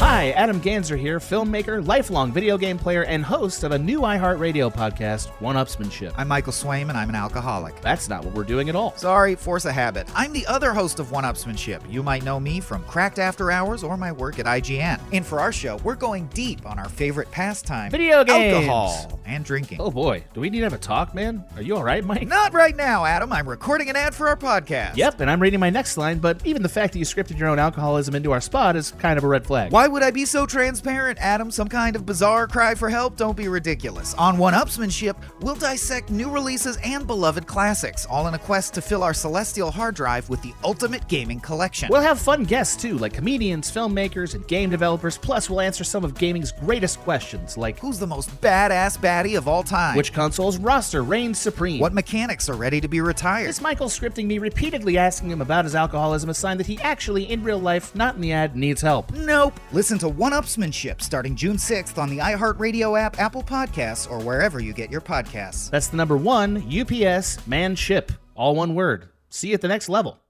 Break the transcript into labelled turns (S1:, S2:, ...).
S1: Hi, Adam Ganzer here, filmmaker, lifelong video game player, and host of a new iHeartRadio podcast, One Upsmanship.
S2: I'm Michael Swaim, and I'm an alcoholic.
S1: That's not what we're doing at all.
S2: Sorry, force a habit. I'm the other host of One Upsmanship. You might know me from Cracked After Hours or my work at IGN. And for our show, we're going deep on our favorite pastime
S1: Video games.
S2: alcohol, and drinking.
S1: Oh boy, do we need to have a talk, man? Are you all right, Mike?
S2: Not right now, Adam. I'm recording an ad for our podcast.
S1: Yep, and I'm reading my next line, but even the fact that you scripted your own alcoholism into our spot is kind of a red flag.
S2: Why would I be so transparent, Adam? Some kind of bizarre cry for help? Don't be ridiculous. On One Upsmanship, we'll dissect new releases and beloved classics, all in a quest to fill our celestial hard drive with the ultimate gaming collection.
S1: We'll have fun guests too, like comedians, filmmakers, and game developers. Plus, we'll answer some of gaming's greatest questions, like
S2: Who's the most badass baddie of all time?
S1: which console's roster reigns supreme.
S2: what mechanics are ready to be retired?
S1: Is Michael scripting me repeatedly asking him about his alcoholism a sign that he actually, in real life, not in the ad, needs help?
S2: Nope. Listen to One Upsmanship starting June 6th on the iHeartRadio app, Apple Podcasts, or wherever you get your podcasts.
S1: That's the number one UPS man ship. All one word. See you at the next level.